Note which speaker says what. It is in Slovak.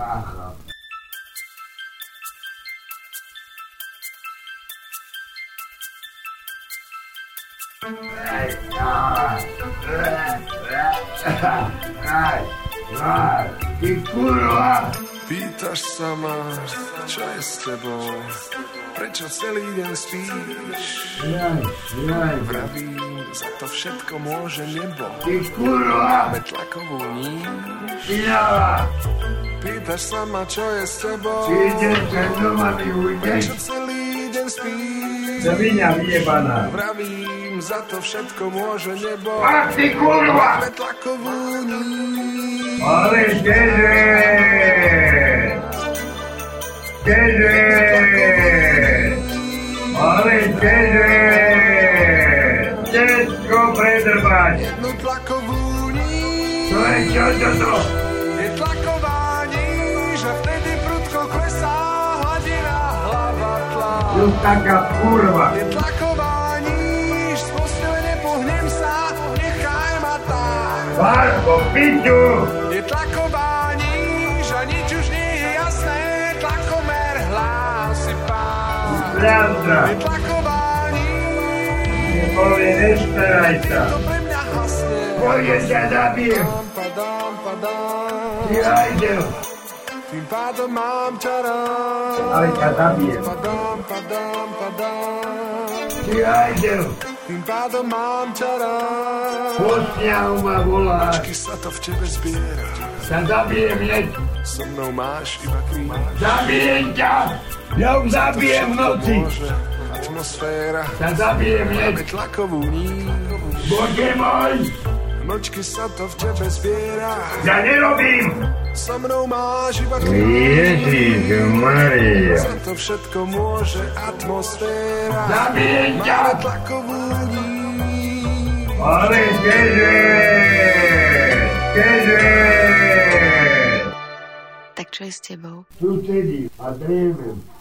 Speaker 1: Váha. Ty kurva!
Speaker 2: Pýtaš sa ma, čo je s tebou, prečo celý deň spíš?
Speaker 1: Jaj, jaj,
Speaker 2: Pravím, za to všetko môže nebo.
Speaker 1: ty kurva!
Speaker 2: Máme tlakovú níž.
Speaker 1: Pinava!
Speaker 2: Pýtaš sa ma, čo je s tebou,
Speaker 1: Idem sa doma mi
Speaker 2: prečo
Speaker 1: ujdeš?
Speaker 2: celý deň spíš?
Speaker 1: Zavinia vyjebaná!
Speaker 2: Pravím, za to všetko môže nebo.
Speaker 1: A ty kurva!
Speaker 2: Máme tlakovú níž.
Speaker 1: Ale keže! Keže! Ale keže! Všetko predrbať!
Speaker 2: Jednu No tlakovú níž.
Speaker 1: To je čo toto?
Speaker 2: Je tlaková níž a vtedy prudko klesá hladina hlava tlá.
Speaker 1: Tu taká kurva!
Speaker 2: Je tlaková níž, z postele nepohnem sa, nechaj ma tak.
Speaker 1: Barbo, piťu!
Speaker 2: Je tlaková níž a nič už nie je jasné, tlakomer hlási pán. Je
Speaker 1: Leandra!
Speaker 2: tlaková níž,
Speaker 1: Povie, nešperaj sa!
Speaker 2: to pre mňa hasne.
Speaker 1: Povie, ťa zabijem!
Speaker 2: Dám, padám, padám,
Speaker 1: Ja idem!
Speaker 2: tým pádom mám ťa rád.
Speaker 1: Ale ťa zabijem!
Speaker 2: Padám, padám, padám.
Speaker 1: Ja idem!
Speaker 2: Tým pádom mám ťa rád.
Speaker 1: Posňahu ma volá!
Speaker 2: Ký sa to v tebe zbiera,
Speaker 1: Sa zabijem hneď!
Speaker 2: so mnou máš iba kríma.
Speaker 1: Zabijem ťa! Ja už zabijem v noci!
Speaker 2: Môže atmosféra,
Speaker 1: Sa zabijem hneď!
Speaker 2: máme tlakovú níž.
Speaker 1: Bože môj!
Speaker 2: Nočky sa to v tebe zbiera,
Speaker 1: Ja nerobím!
Speaker 2: so mnou máš iba kríma.
Speaker 1: Ježiš Maria!
Speaker 2: Za to všetko môže atmosféra,
Speaker 1: Zabijem ťa!
Speaker 2: máme tlakovú níž.
Speaker 1: Ale keže! Keže!
Speaker 3: Tak čo je s tebou?
Speaker 1: Tu sedím a driemem.